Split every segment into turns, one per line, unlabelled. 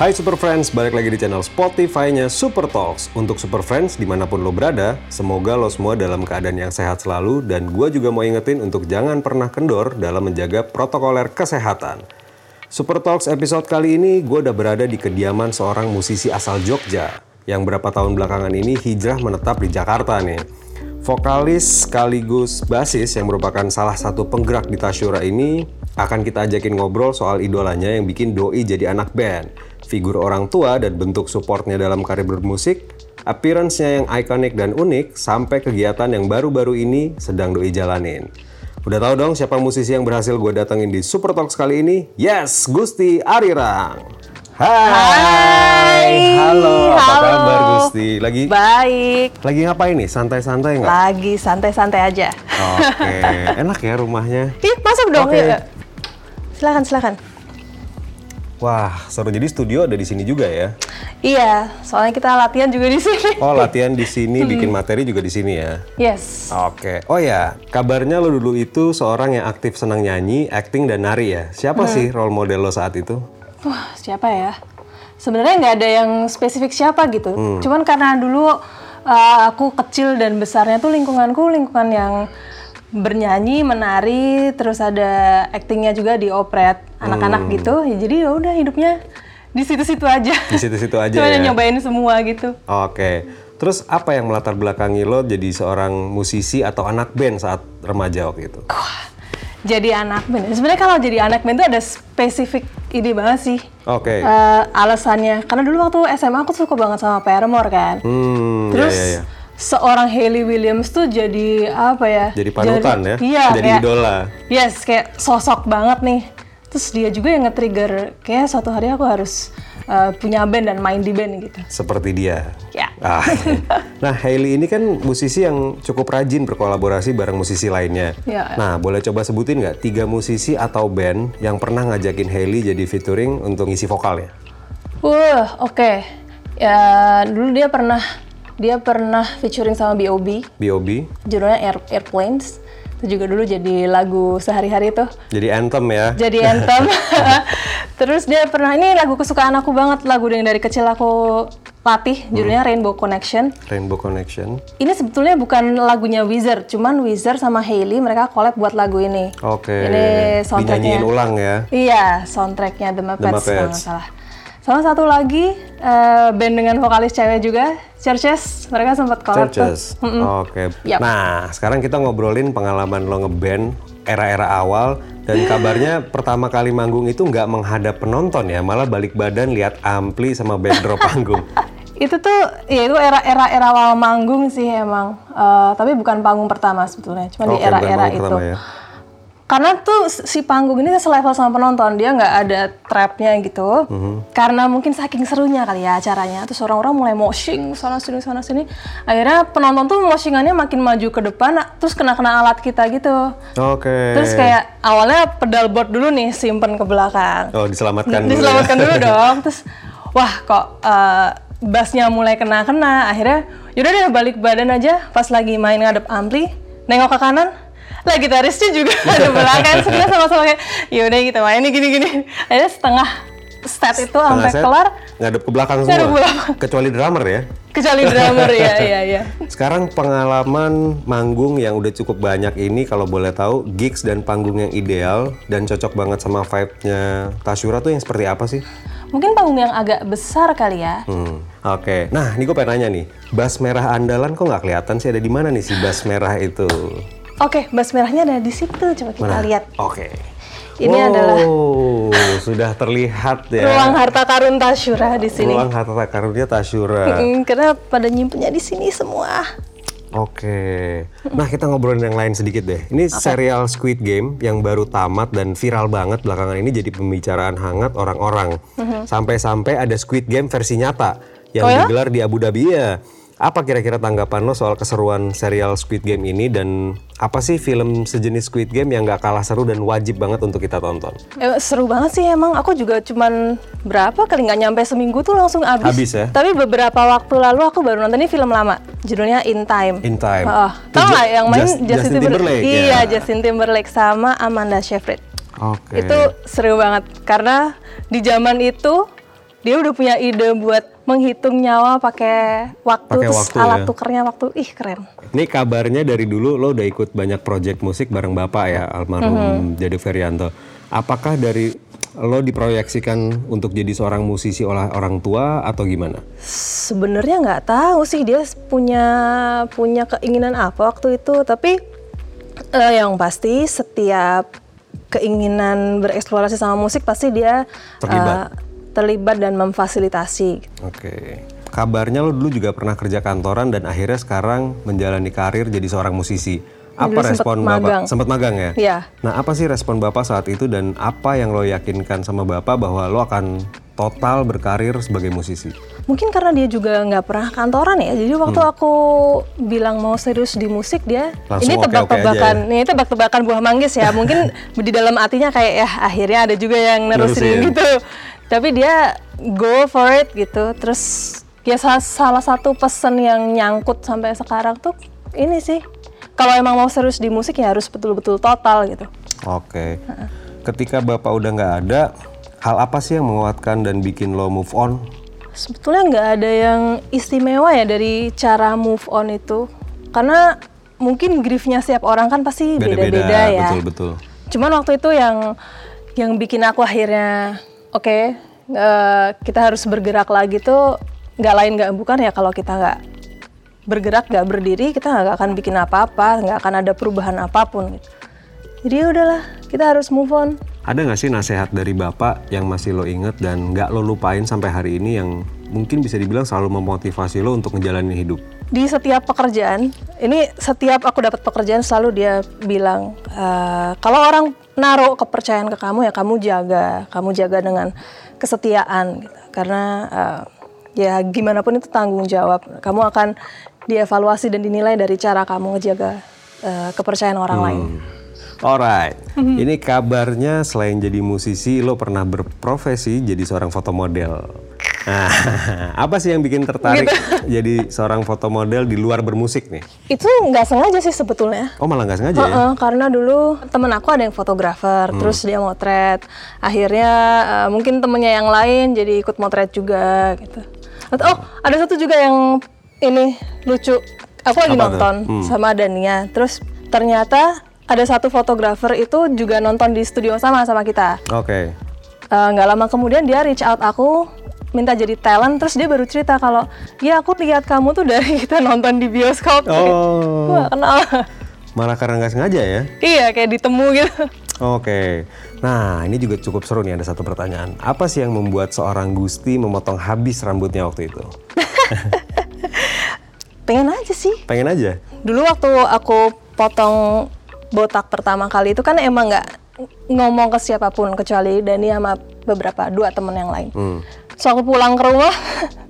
Hai Super Friends, balik lagi di channel Spotify-nya Super Talks. Untuk Super Friends dimanapun lo berada, semoga lo semua dalam keadaan yang sehat selalu dan gua juga mau ingetin untuk jangan pernah kendor dalam menjaga protokoler kesehatan. Super Talks episode kali ini gue udah berada di kediaman seorang musisi asal Jogja yang berapa tahun belakangan ini hijrah menetap di Jakarta nih. Vokalis sekaligus basis yang merupakan salah satu penggerak di Tasyura ini akan kita ajakin ngobrol soal idolanya yang bikin Doi jadi anak band, figur orang tua dan bentuk supportnya dalam karir bermusik, appearance-nya yang ikonik dan unik, sampai kegiatan yang baru-baru ini sedang Doi jalanin. Udah tahu dong siapa musisi yang berhasil gue datengin di Super Talks kali ini? Yes, Gusti Arirang. Hai,
Hai.
halo, apa
Halo.
kabar Gusti? Lagi
Baik,
lagi ngapain nih? Santai-santai nggak?
lagi santai-santai aja.
Oke, enak ya rumahnya.
Ih, masuk dong.
Oke.
yuk. Silakan, silakan.
Wah, seru jadi studio ada di sini juga ya.
Iya, soalnya kita latihan juga di sini.
Oh, latihan di sini, bikin materi juga di sini ya.
Yes.
Oke. Oh ya, kabarnya lo dulu itu seorang yang aktif senang nyanyi, acting dan nari ya. Siapa sih role model lo saat itu?
Wah, siapa ya? Sebenarnya nggak ada yang spesifik siapa gitu.
Hmm.
Cuman karena dulu uh, aku kecil dan besarnya tuh lingkunganku lingkungan yang bernyanyi, menari, terus ada actingnya juga di operet anak-anak
Hmm.
gitu. Ya, jadi ya udah hidupnya di situ-situ aja.
Di situ-situ aja
Cuma
ya?
nyobain semua gitu.
Oke. Terus apa yang melatar belakangi lo jadi seorang musisi atau anak band saat remaja waktu itu?
jadi anak band. Sebenarnya kalau jadi anak band itu ada spesifik ide banget sih
Oke.
eh, alasannya. Karena dulu waktu SMA aku suka banget sama Paramore kan.
Hmm, ya,
Terus
ya, ya.
seorang Hayley Williams tuh jadi apa ya?
Jadi panutan ya.
Iya.
jadi
kayak-
idola.
Yes, kayak sosok banget nih. Terus dia juga yang nge-trigger kayak suatu hari aku harus eh, punya band dan main di band gitu.
Seperti dia.
Ya.
Ah. nah, Hailey ini kan musisi yang cukup rajin berkolaborasi bareng musisi lainnya.
Ya.
Nah, boleh coba sebutin nggak tiga musisi atau band yang pernah ngajakin Hailey jadi featuring untuk ngisi ya? vokalnya?
Wah, oke. Ya, dulu dia pernah dia pernah featuring sama B.O.B.
B.O.B.
judulnya Air- Airplanes itu juga dulu jadi lagu sehari-hari tuh
Jadi anthem ya.
jadi anthem terus dia pernah ini lagu kesukaan aku banget lagu yang dari kecil aku latih judulnya Rainbow Connection
Rainbow Connection.
ini sebetulnya bukan lagunya Wizard cuman Wizard sama Hailey mereka collab buat lagu ini
Oke.
ini soundtracknya
Dinyanyiin ulang ya.
iya soundtracknya The Muppets kalau nggak
Muppets.
salah sama satu lagi eh, band dengan vokalis cewek juga Churches mereka sempat collab tuh.
Churches. Oke.
Yap.
Nah, sekarang kita ngobrolin pengalaman lo ngeband era-era awal dan kabarnya pertama kali manggung itu nggak menghadap penonton ya, malah balik badan lihat ampli sama backdrop panggung.
itu tuh ya itu era-era era awal manggung sih emang Eh, tapi bukan panggung pertama sebetulnya cuma di
Oke, bukan
era-era
panggung
itu
pertama ya.
karena tuh si panggung ini selevel sama penonton dia nggak ada trapnya gitu
Mhm.
karena mungkin saking serunya kali ya acaranya terus orang-orang mulai moshing sana sini sana sini akhirnya penonton tuh moshingannya makin maju ke depan terus kena-kena alat kita gitu
Oke.
terus kayak awalnya pedal board dulu nih simpen ke belakang
Oh, diselamatkan dulu. ya.
diselamatkan dulu dong terus wah kok eh, bassnya mulai kena kena akhirnya yaudah deh balik badan aja pas lagi main ngadep ampli nengok ke kanan lah gitarisnya juga ada belakang sebenarnya sama-sama kayak yaudah kita main nih gini-gini akhirnya setengah set itu
Setengah
sampai
set,
kelar
Ngadep ke belakang semua.
Ngadep ke belakang.
Kecuali drummer ya.
kecuali drummer ya ya ya
Sekarang pengalaman manggung yang udah cukup banyak ini kalau boleh tahu gigs dan panggung yang ideal dan cocok banget sama vibe-nya Tasyura tuh yang seperti apa sih?
mungkin panggung yang agak besar kali ya
Hmm, Oke. Nah, ini gue pengen nanya nih, bas merah andalan kok nggak kelihatan sih ada di mana nih si bas merah itu?
oke bass merahnya ada di situ coba kita
Mana?
lihat
Oke.
Ini
Wow,
adalah-
sudah terlihat ya.
ruang harta karun Tasyura di sini
Ruang harta karunnya Tasyura.
Mm, karena pada nyimpennya di sini semua
Oke. Nah, kita ngobrolin yang lain sedikit deh. Ini serial Squid Game yang baru tamat dan viral banget belakangan ini jadi pembicaraan hangat orang-orang. Sampai-sampai ada Squid Game versi nyata yang
Mm-hmm. Oh ya?
digelar di Abu Dhabi ya. Apa kira-kira tanggapan lo soal keseruan serial Squid Game ini dan apa sih film sejenis Squid Game yang gak kalah seru dan wajib banget untuk kita tonton?
Eh, seru banget sih emang. Aku juga cuman berapa kali nggak nyampe seminggu tuh langsung habis.
Habis ya?
Tapi beberapa waktu lalu aku baru nontonnya film lama. Judulnya In Time.
In Time.
Oh,
Itu
tau
Ju-
nggak yang main
Just-
Justin,
Justin Timberlake,
Timberlake? Iya,
ya.
Justin Timberlake sama Amanda Seyfried.
Oke.
Itu seru banget karena di zaman itu dia udah punya ide buat menghitung nyawa pakai waktu,
Pakai
terus
waktu,
alat
ya.
tukernya waktu ih keren
Ini kabarnya dari dulu lo udah ikut banyak proyek musik bareng bapak ya
Mm-hmm.
almarhum Jadi Ferianto. Apakah dari lo diproyeksikan untuk jadi seorang musisi oleh orang tua atau gimana?
sebenarnya nggak tahu sih dia punya punya keinginan apa waktu itu tapi eh, yang pasti setiap keinginan bereksplorasi sama musik pasti dia
Terlibat.
eh, terlibat dan memfasilitasi
Oke. Kabarnya lo dulu juga pernah kerja kantoran dan akhirnya sekarang menjalani karir jadi seorang musisi. Apa
Dulu sempet
respon
magang.
bapak? Sempat magang ya?
Iya.
Nah apa sih respon bapak saat itu dan apa yang lo yakinkan sama bapak bahwa lo akan total berkarir sebagai musisi?
mungkin karena dia juga nggak pernah kantoran ya jadi waktu
Hmm.
aku bilang mau serius di musik dia
Langsung
ini
oke-oke
tebak-tebakan
aja ya.
ini tebak-tebakan buah manggis ya mungkin di dalam hatinya kayak ya akhirnya ada juga yang nerusin
Nerusin.
gitu tapi dia go for it gitu terus ya sa- salah satu pesan yang nyangkut sampai sekarang tuh ini sih kalau emang mau serius di musik ya harus betul-betul total gitu
Oke. Ketika bapak udah nggak ada, hal apa sih yang menguatkan dan bikin lo move on?
Sebetulnya nggak ada yang istimewa ya dari cara move on itu. Karena mungkin griefnya setiap orang kan pasti
Beda-beda,
beda-beda ya.
betul-betul.
Cuman waktu itu yang yang bikin aku akhirnya oke eh, kita harus bergerak lagi tuh nggak lain nggak bukan ya kalau kita nggak bergerak nggak berdiri kita nggak akan bikin apa-apa nggak akan ada perubahan apapun gitu. Jadi ya udahlah kita harus move on.
Ada nggak sih nasihat dari bapak yang masih lo inget dan nggak lo lupain sampai hari ini yang mungkin bisa dibilang selalu memotivasi lo untuk ngejalanin hidup?
di setiap pekerjaan ini setiap aku dapat pekerjaan selalu dia bilang "Eh, kalau orang naruh kepercayaan ke kamu ya kamu jaga kamu jaga dengan kesetiaan gitu. karena eh, ya gimana pun itu tanggung jawab kamu akan dievaluasi dan dinilai dari cara kamu ngejaga eh, kepercayaan orang lain
Alright, ini kabarnya selain jadi musisi, lo pernah berprofesi jadi seorang fotomodel. Nah, apa sih yang bikin tertarik
Gitu.
jadi seorang fotomodel di luar bermusik nih?
itu nggak sengaja sih sebetulnya
Oh malah nggak sengaja ya?
Heeh, karena dulu temen aku ada yang fotografer,
Hmm.
terus dia motret. Akhirnya eh, mungkin temennya yang lain jadi ikut motret juga gitu. Atau oh ada satu juga yang ini lucu. Aku
Apa tuh?
lagi
Hmm.
nonton sama Dania. Terus ternyata ada satu fotografer itu juga nonton di studio sama sama kita.
Oke.
Eh, nggak lama kemudian dia reach out aku minta jadi talent terus dia baru cerita kalau ya aku lihat kamu tuh dari kita nonton di bioskop
Oh,
Wah, kenal
malah karena nggak sengaja ya?
iya kayak ditemu gitu
Oke, nah ini juga cukup seru nih ada satu pertanyaan. Apa sih yang membuat seorang Gusti memotong habis rambutnya waktu itu?
pengen aja sih.
Pengen aja?
Dulu waktu aku potong botak pertama kali itu kan emang nggak ngomong ke siapapun kecuali Dani sama beberapa dua temen yang lain. So aku pulang ke rumah,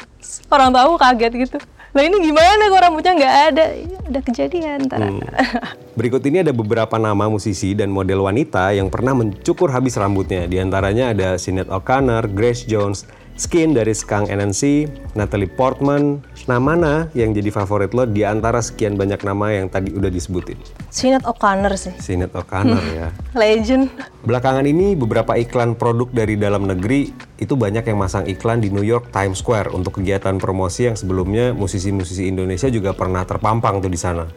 orang tahu kaget gitu. Lah ini gimana kok rambutnya nggak ada? Ya, Udah kejadian. Tara.
Berikut ini ada beberapa nama musisi dan model wanita yang pernah mencukur habis rambutnya. Di antaranya ada Sinead O'Connor, Grace Jones, Skin dari Skunk NNC, Natalie Portman. Nah mana yang jadi favorit lo di antara sekian banyak nama yang tadi udah disebutin?
Sinet O'Connor sih,
Sinead O'Connor ya.
legend.
Belakangan ini beberapa iklan produk dari dalam negeri itu banyak yang masang iklan di New York Times Square untuk kegiatan promosi yang sebelumnya musisi-musisi Indonesia juga pernah terpampang tuh di sana.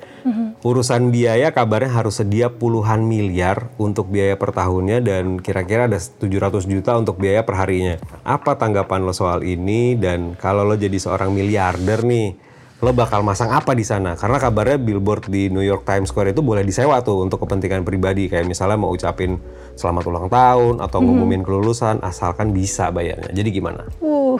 Urusan biaya kabarnya harus sedia puluhan miliar untuk biaya per tahunnya dan kira-kira ada 700 juta untuk biaya per harinya. Apa tanggapan lo soal ini dan kalau lo jadi seorang miliarder nih, lo bakal masang apa di sana? Karena kabarnya billboard di New York Times Square itu boleh disewa tuh untuk kepentingan pribadi kayak misalnya mau ucapin selamat ulang tahun atau
Mm-hmm.
ngumumin kelulusan asalkan bisa bayarnya. Jadi gimana?
Uh,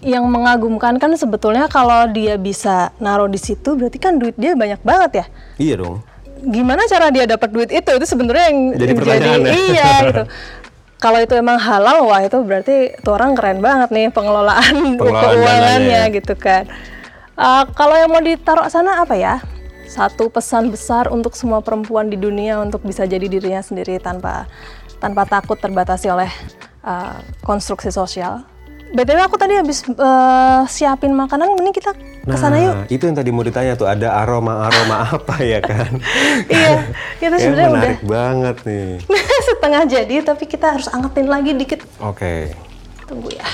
yang mengagumkan kan sebetulnya kalau dia bisa naruh di situ berarti kan duit dia banyak banget ya.
Iya dong.
gimana cara dia dapat duit itu itu sebenarnya yang
Jadi pertanyaan ya?
iya gitu kalau itu emang halal wah itu berarti tuh orang keren banget nih pengelolaan,
Pengelolaan
keuangannya
dananya ya.
gitu kan Eh, kalau yang mau ditaruh sana apa ya satu pesan besar untuk semua perempuan di dunia untuk bisa jadi dirinya sendiri tanpa tanpa takut terbatasi oleh eh, konstruksi sosial btw aku tadi habis eh, siapin makanan mending kita kesana yuk
Nah, itu yang tadi mau ditanya tuh ada aroma-aroma apa ya kan?
iya itu
Kayaknya
sebenarnya udah
menarik banget nih.
setengah jadi tapi kita harus angetin lagi dikit
Oke.
tunggu ya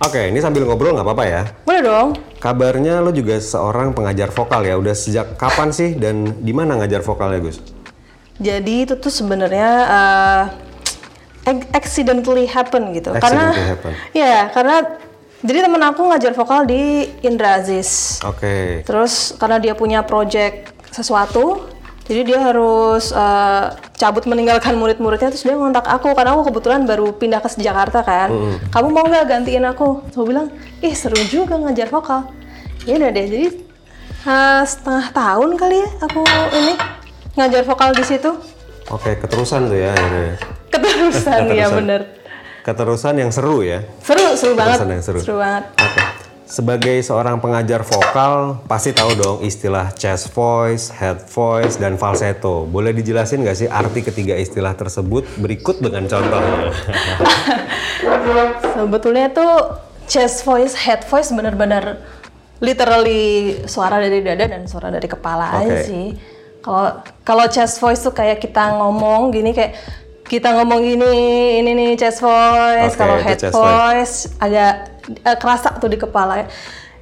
Oke, ini sambil ngobrol nggak apa-apa ya.
Boleh dong.
Kabarnya lo juga seorang pengajar vokal ya. Udah sejak kapan sih dan di mana ngajar vokalnya Gus?
Jadi itu tuh sebenarnya eh, ac- accidentally happen gitu. karena
Accidentally happen.
Iya, karena jadi temen aku ngajar vokal di Indra Aziz.
Oke.
Terus karena dia punya project sesuatu, jadi dia harus eh, cabut meninggalkan murid-muridnya. Terus dia ngontak aku karena aku kebetulan baru pindah ke Jakarta kan. Kamu mau nggak gantiin aku? Terus Aku bilang, ih seru juga ngajar vokal. Ya udah deh. Jadi eh, setengah tahun kali ya aku ini ngajar vokal di situ.
Oke, keterusan tuh ya akhirnya.
Keterusan ya
Keterusan.
bener.
Keterusan yang seru ya.
Seru, seru banget.
yang seru.
banget.
Oke. Sebagai seorang pengajar vokal, pasti tahu dong istilah chest voice, head voice, dan falsetto. Boleh dijelasin nggak sih arti ketiga istilah tersebut berikut dengan contohnya?
Sebetulnya tuh chest voice, head voice bener-bener literally suara dari dada dan suara dari kepala aja
Oke.
sih. Kalau kalau chest voice tuh kayak kita ngomong gini kayak kita ngomong gini, ini nih chest voice.
Oke,
kalau
itu
head
chest
voice, agak eh, kerasa tuh di kepala.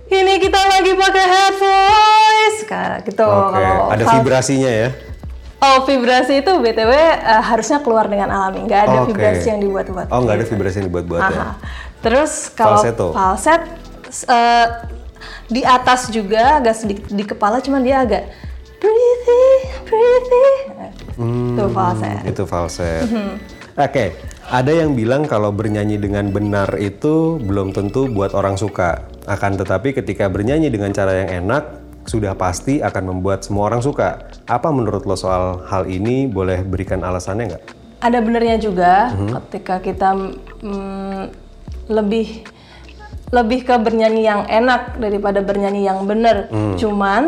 Ini kita lagi pakai head voice kayak gitu.
Oke,
Kalau
ada
fal-
vibrasinya ya.
Oh, vibrasi itu BTW eh, harusnya keluar dengan alami. nggak ada
Oke.
vibrasi yang dibuat-buat.
Oh, nggak ada vibrasi yang dibuat-buat ya.
Aha. Terus kalau
Falsetto.
falset s- eh, di atas juga agak sedikit di kepala cuman dia agak pretty pretty.
Hmm.
Itu falset.
Itu falset.
Mhm.
Oke, ada yang bilang kalau bernyanyi dengan benar itu belum tentu buat orang suka. Akan tetapi ketika bernyanyi dengan cara yang enak, sudah pasti akan membuat semua orang suka. Apa menurut lo soal hal ini? Boleh berikan alasannya nggak?
Ada benernya juga
Mhm.
ketika kita mm, lebih lebih ke bernyanyi yang enak daripada bernyanyi yang benar.
Mhm.
Cuman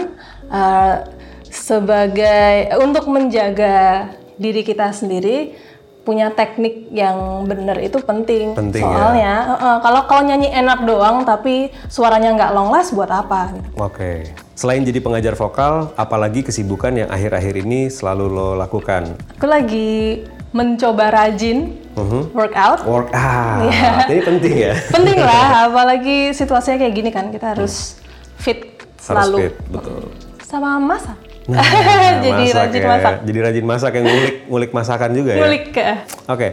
eh, sebagai untuk menjaga diri kita sendiri punya teknik yang benar itu penting.
Penting, ya.
Soalnya Ya, eh, kalau kalau nyanyi enak doang tapi suaranya nggak long last buat apa? gitu.
Oke. Selain jadi pengajar vokal, apalagi kesibukan yang akhir-akhir ini selalu lo lakukan?
Aku lagi mencoba rajin
Mhm.
workout.
Workout.
Iya.
Ini ah, penting ya.
Penting lah, apalagi situasinya kayak gini kan kita harus fit
Harus
selalu
fit, betul.
sama masak.
Nah,
Jadi rajin
ya.
masak.
Jadi rajin masak yang ngulik ngulik masakan juga ya.
Ngulik ke.
Oke,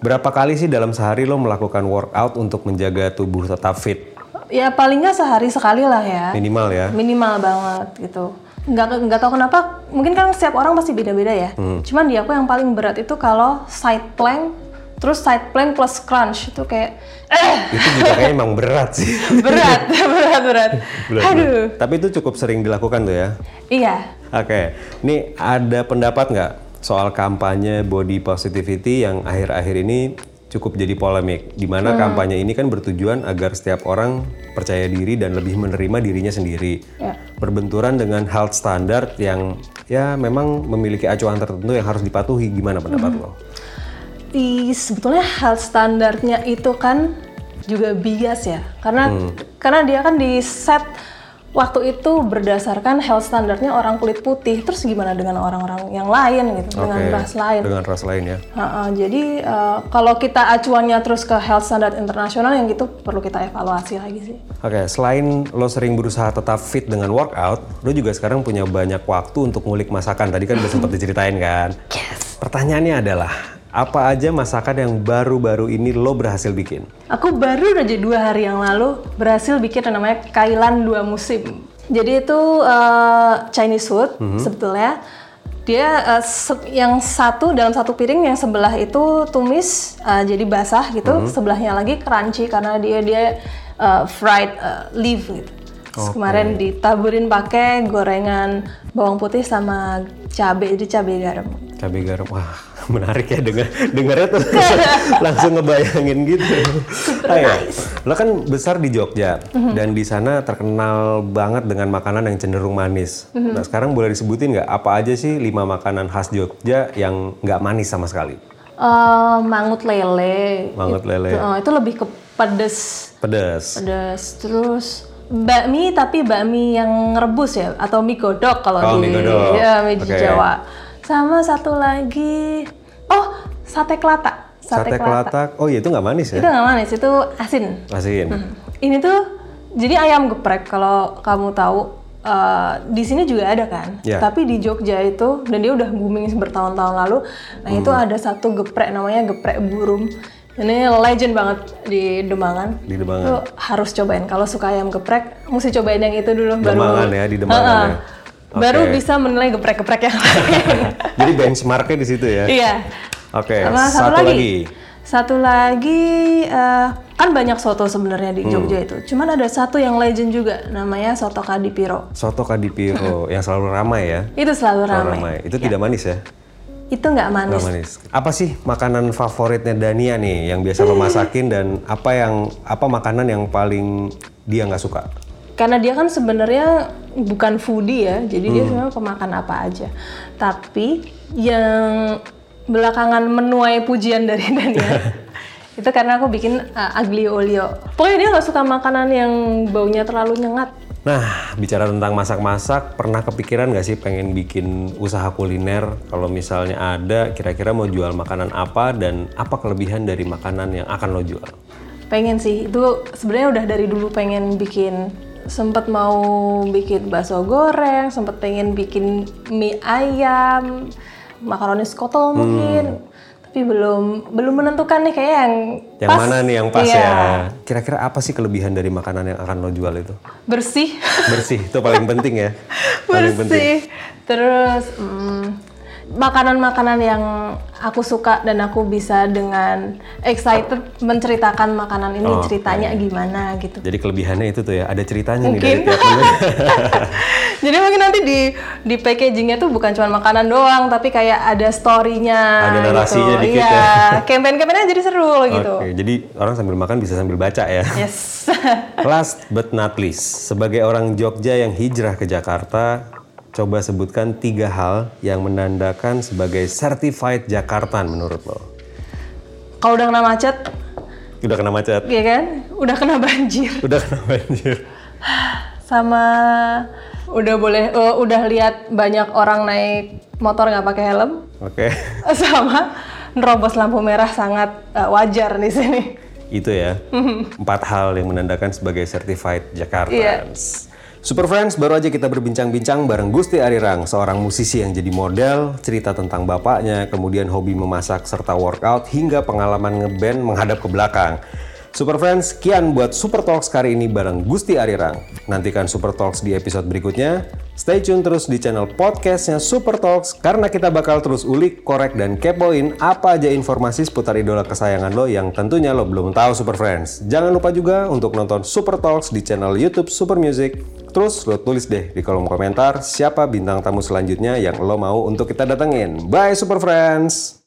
berapa kali sih dalam sehari lo melakukan workout untuk menjaga tubuh tetap fit
Ya paling nggak sehari sekali lah ya.
minimal ya?
minimal banget gitu nggak nggak tahu kenapa mungkin kan setiap orang pasti beda-beda ya
Hmm.
cuman di aku yang paling berat itu kalau side plank terus side plank plus crunch itu kayak eh
Itu juga kayaknya emang berat sih.
berat berat berat
Berat, berat.
aduh
Tapi itu cukup sering dilakukan tuh ya.
iya
Oke, ini ada pendapat nggak soal kampanye body positivity yang akhir-akhir ini cukup jadi polemik? Dimana
Hmm.
kampanye ini kan bertujuan agar setiap orang percaya diri dan lebih menerima dirinya sendiri.
Ya.
Berbenturan dengan health standar yang ya memang memiliki acuan tertentu yang harus dipatuhi. Gimana pendapat
Hmm.
lo?
di sebetulnya hal standarnya itu kan juga bias ya karena karena dia kan di set waktu itu berdasarkan health standarnya orang kulit putih terus gimana dengan orang-orang yang lain gitu dengan
Oke,
ras lain
Dengan ras lain ya.
Ha-ha, jadi eh, kalau kita acuannya terus ke health standard internasional yang gitu perlu kita evaluasi lagi sih.
Oke, selain lo sering berusaha tetap fit dengan workout, lo juga sekarang punya banyak waktu untuk ngulik masakan. Tadi kan udah sempat diceritain kan. Pertanyaannya adalah, apa aja masakan yang baru-baru ini lo berhasil bikin?
Aku baru aja dua hari yang lalu berhasil bikin yang namanya Kailan dua musim. Jadi itu eh, Chinese food
Mhm.
sebetulnya. Dia eh, se- yang satu dalam satu piring yang sebelah itu tumis eh, jadi basah
Mhm.
gitu, sebelahnya lagi crunchy karena dia dia eh, fried eh, leaf gitu. Terus kemarin ditaburin pakai gorengan bawang putih sama cabe jadi cabe garam.
Cabai garam, wah menarik ya dengar dengarnya tuh langsung ngebayangin gitu. Ayo, lo kan besar di Jogja
Mhm.
dan di sana terkenal banget dengan makanan yang cenderung manis.
Mhm.
Nah sekarang boleh disebutin nggak apa aja sih lima makanan khas Jogja yang nggak manis sama sekali?
Eh, mangut lele.
Mangut
Itu-
lele.
eh, itu lebih ke pedes.
Pedas.
Pedes. Terus bakmi tapi bakmi yang rebus ya atau mie godok kalau
Oh,
di
mie godok.
ya, mie di
Oke.
Jawa. Sama satu lagi. Oh, sate kelata.
Sate, kelatak. Oh iya itu nggak manis
Itu Mhm.
ya?
nggak manis, itu asin.
Asin.
Ini tuh jadi ayam geprek kalau kamu tahu eh, di sini juga ada kan,
Ya.
tapi di Jogja itu dan dia udah booming bertahun-tahun lalu. Nah itu
Hmm.
ada satu geprek namanya geprek burung. Ini legend banget di Demangan.
Di Demangan.
Itu harus cobain. Kalau suka ayam geprek, mesti cobain yang itu dulu. baru-
Demangan ya, di Demangan
Heeh.
ya. Oke.
Baru bisa menilai geprek-geprek yang lain.
Jadi benchmarknya di situ ya.
Iya.
Oke,
Sama
satu lagi.
Satu lagi eh, kan banyak soto sebenarnya
Hmm.
di Jogja itu. Cuman ada satu yang legend juga namanya soto Kadipiro.
Soto Kadipiro yang selalu ramai ya.
Itu
Selalu
selalu ramai. Iya.
ramai. Itu tidak manis ya?
Itu nggak
Nggak
manis.
manis. Apa sih makanan favoritnya Dania nih yang biasa lo masakin dan apa yang apa makanan yang paling dia nggak suka?
Karena dia kan sebenarnya bukan foodie ya. Jadi dia
Hmm.
sebenarnya pemakan apa aja. Tapi yang belakangan menuai pujian dari Dania itu karena aku bikin eh, aglio olio. Pokoknya dia nggak suka makanan yang baunya terlalu nyengat.
Nah, bicara tentang masak-masak, pernah kepikiran nggak sih pengen bikin usaha kuliner? Kalau misalnya ada, kira-kira mau jual makanan apa dan apa kelebihan dari makanan yang akan lo jual?
Pengen sih, itu sebenarnya udah dari dulu pengen bikin sempet mau bikin bakso goreng, sempet pengen bikin mie ayam, makaroni
Hmm.
skotol mungkin, tapi belum belum menentukan nih kayak yang
Yang
pas.
mana nih yang pas
Iya.
ya? Kira-kira apa sih kelebihan dari makanan yang akan lo jual itu?
Bersih,
Bersih, itu paling penting ya. Paling penting.
bersih. Terus mm, makanan-makanan yang aku suka dan aku bisa dengan excited menceritakan makanan ini
Oke.
ceritanya gimana gitu.
Jadi kelebihannya itu tuh ya, ada ceritanya nih dari
Mungkin.
tiap menu.
Jadi mungkin nanti di di packagingnya tuh bukan cuma makanan doang, tapi kayak ada story-nya.
Ada narasinya
gitu.
dikit ya.
Iya, campaign-campaignnya jadi seru gitu.
Oke, jadi orang sambil makan bisa sambil baca ya.
Yes.
Last but not least, sebagai orang Jogja yang hijrah ke Jakarta, coba sebutkan tiga hal yang menandakan sebagai certified Jakartan menurut lo.
Kalau udah kena macet,
Udah kena macet,
ya kan? Udah kena banjir.
udah kena banjir.
Sama udah boleh eh, udah lihat banyak orang naik motor nggak pakai helm.
Oke,
Sama nerobos lampu merah sangat eh, wajar di sini.
itu ya. Empat hal yang menandakan sebagai certified Jakarta.
Iya.
Super Friends, baru aja kita berbincang-bincang bareng Gusti Arirang, seorang musisi yang jadi model, cerita tentang bapaknya, kemudian hobi memasak serta workout, hingga pengalaman ngeband menghadap ke belakang. Super Friends, kian buat Super Talks kali ini bareng Gusti Arirang. Nantikan Super Talks di episode berikutnya. Stay tune terus di channel podcastnya Super Talks, karena kita bakal terus ulik, korek, dan kepoin apa aja informasi seputar idola kesayangan lo yang tentunya lo belum tahu Super Friends. Jangan lupa juga untuk nonton Super Talks di channel YouTube Super Music. Terus lo tulis deh di kolom komentar siapa bintang tamu selanjutnya yang lo mau untuk kita datengin. Bye Super Friends!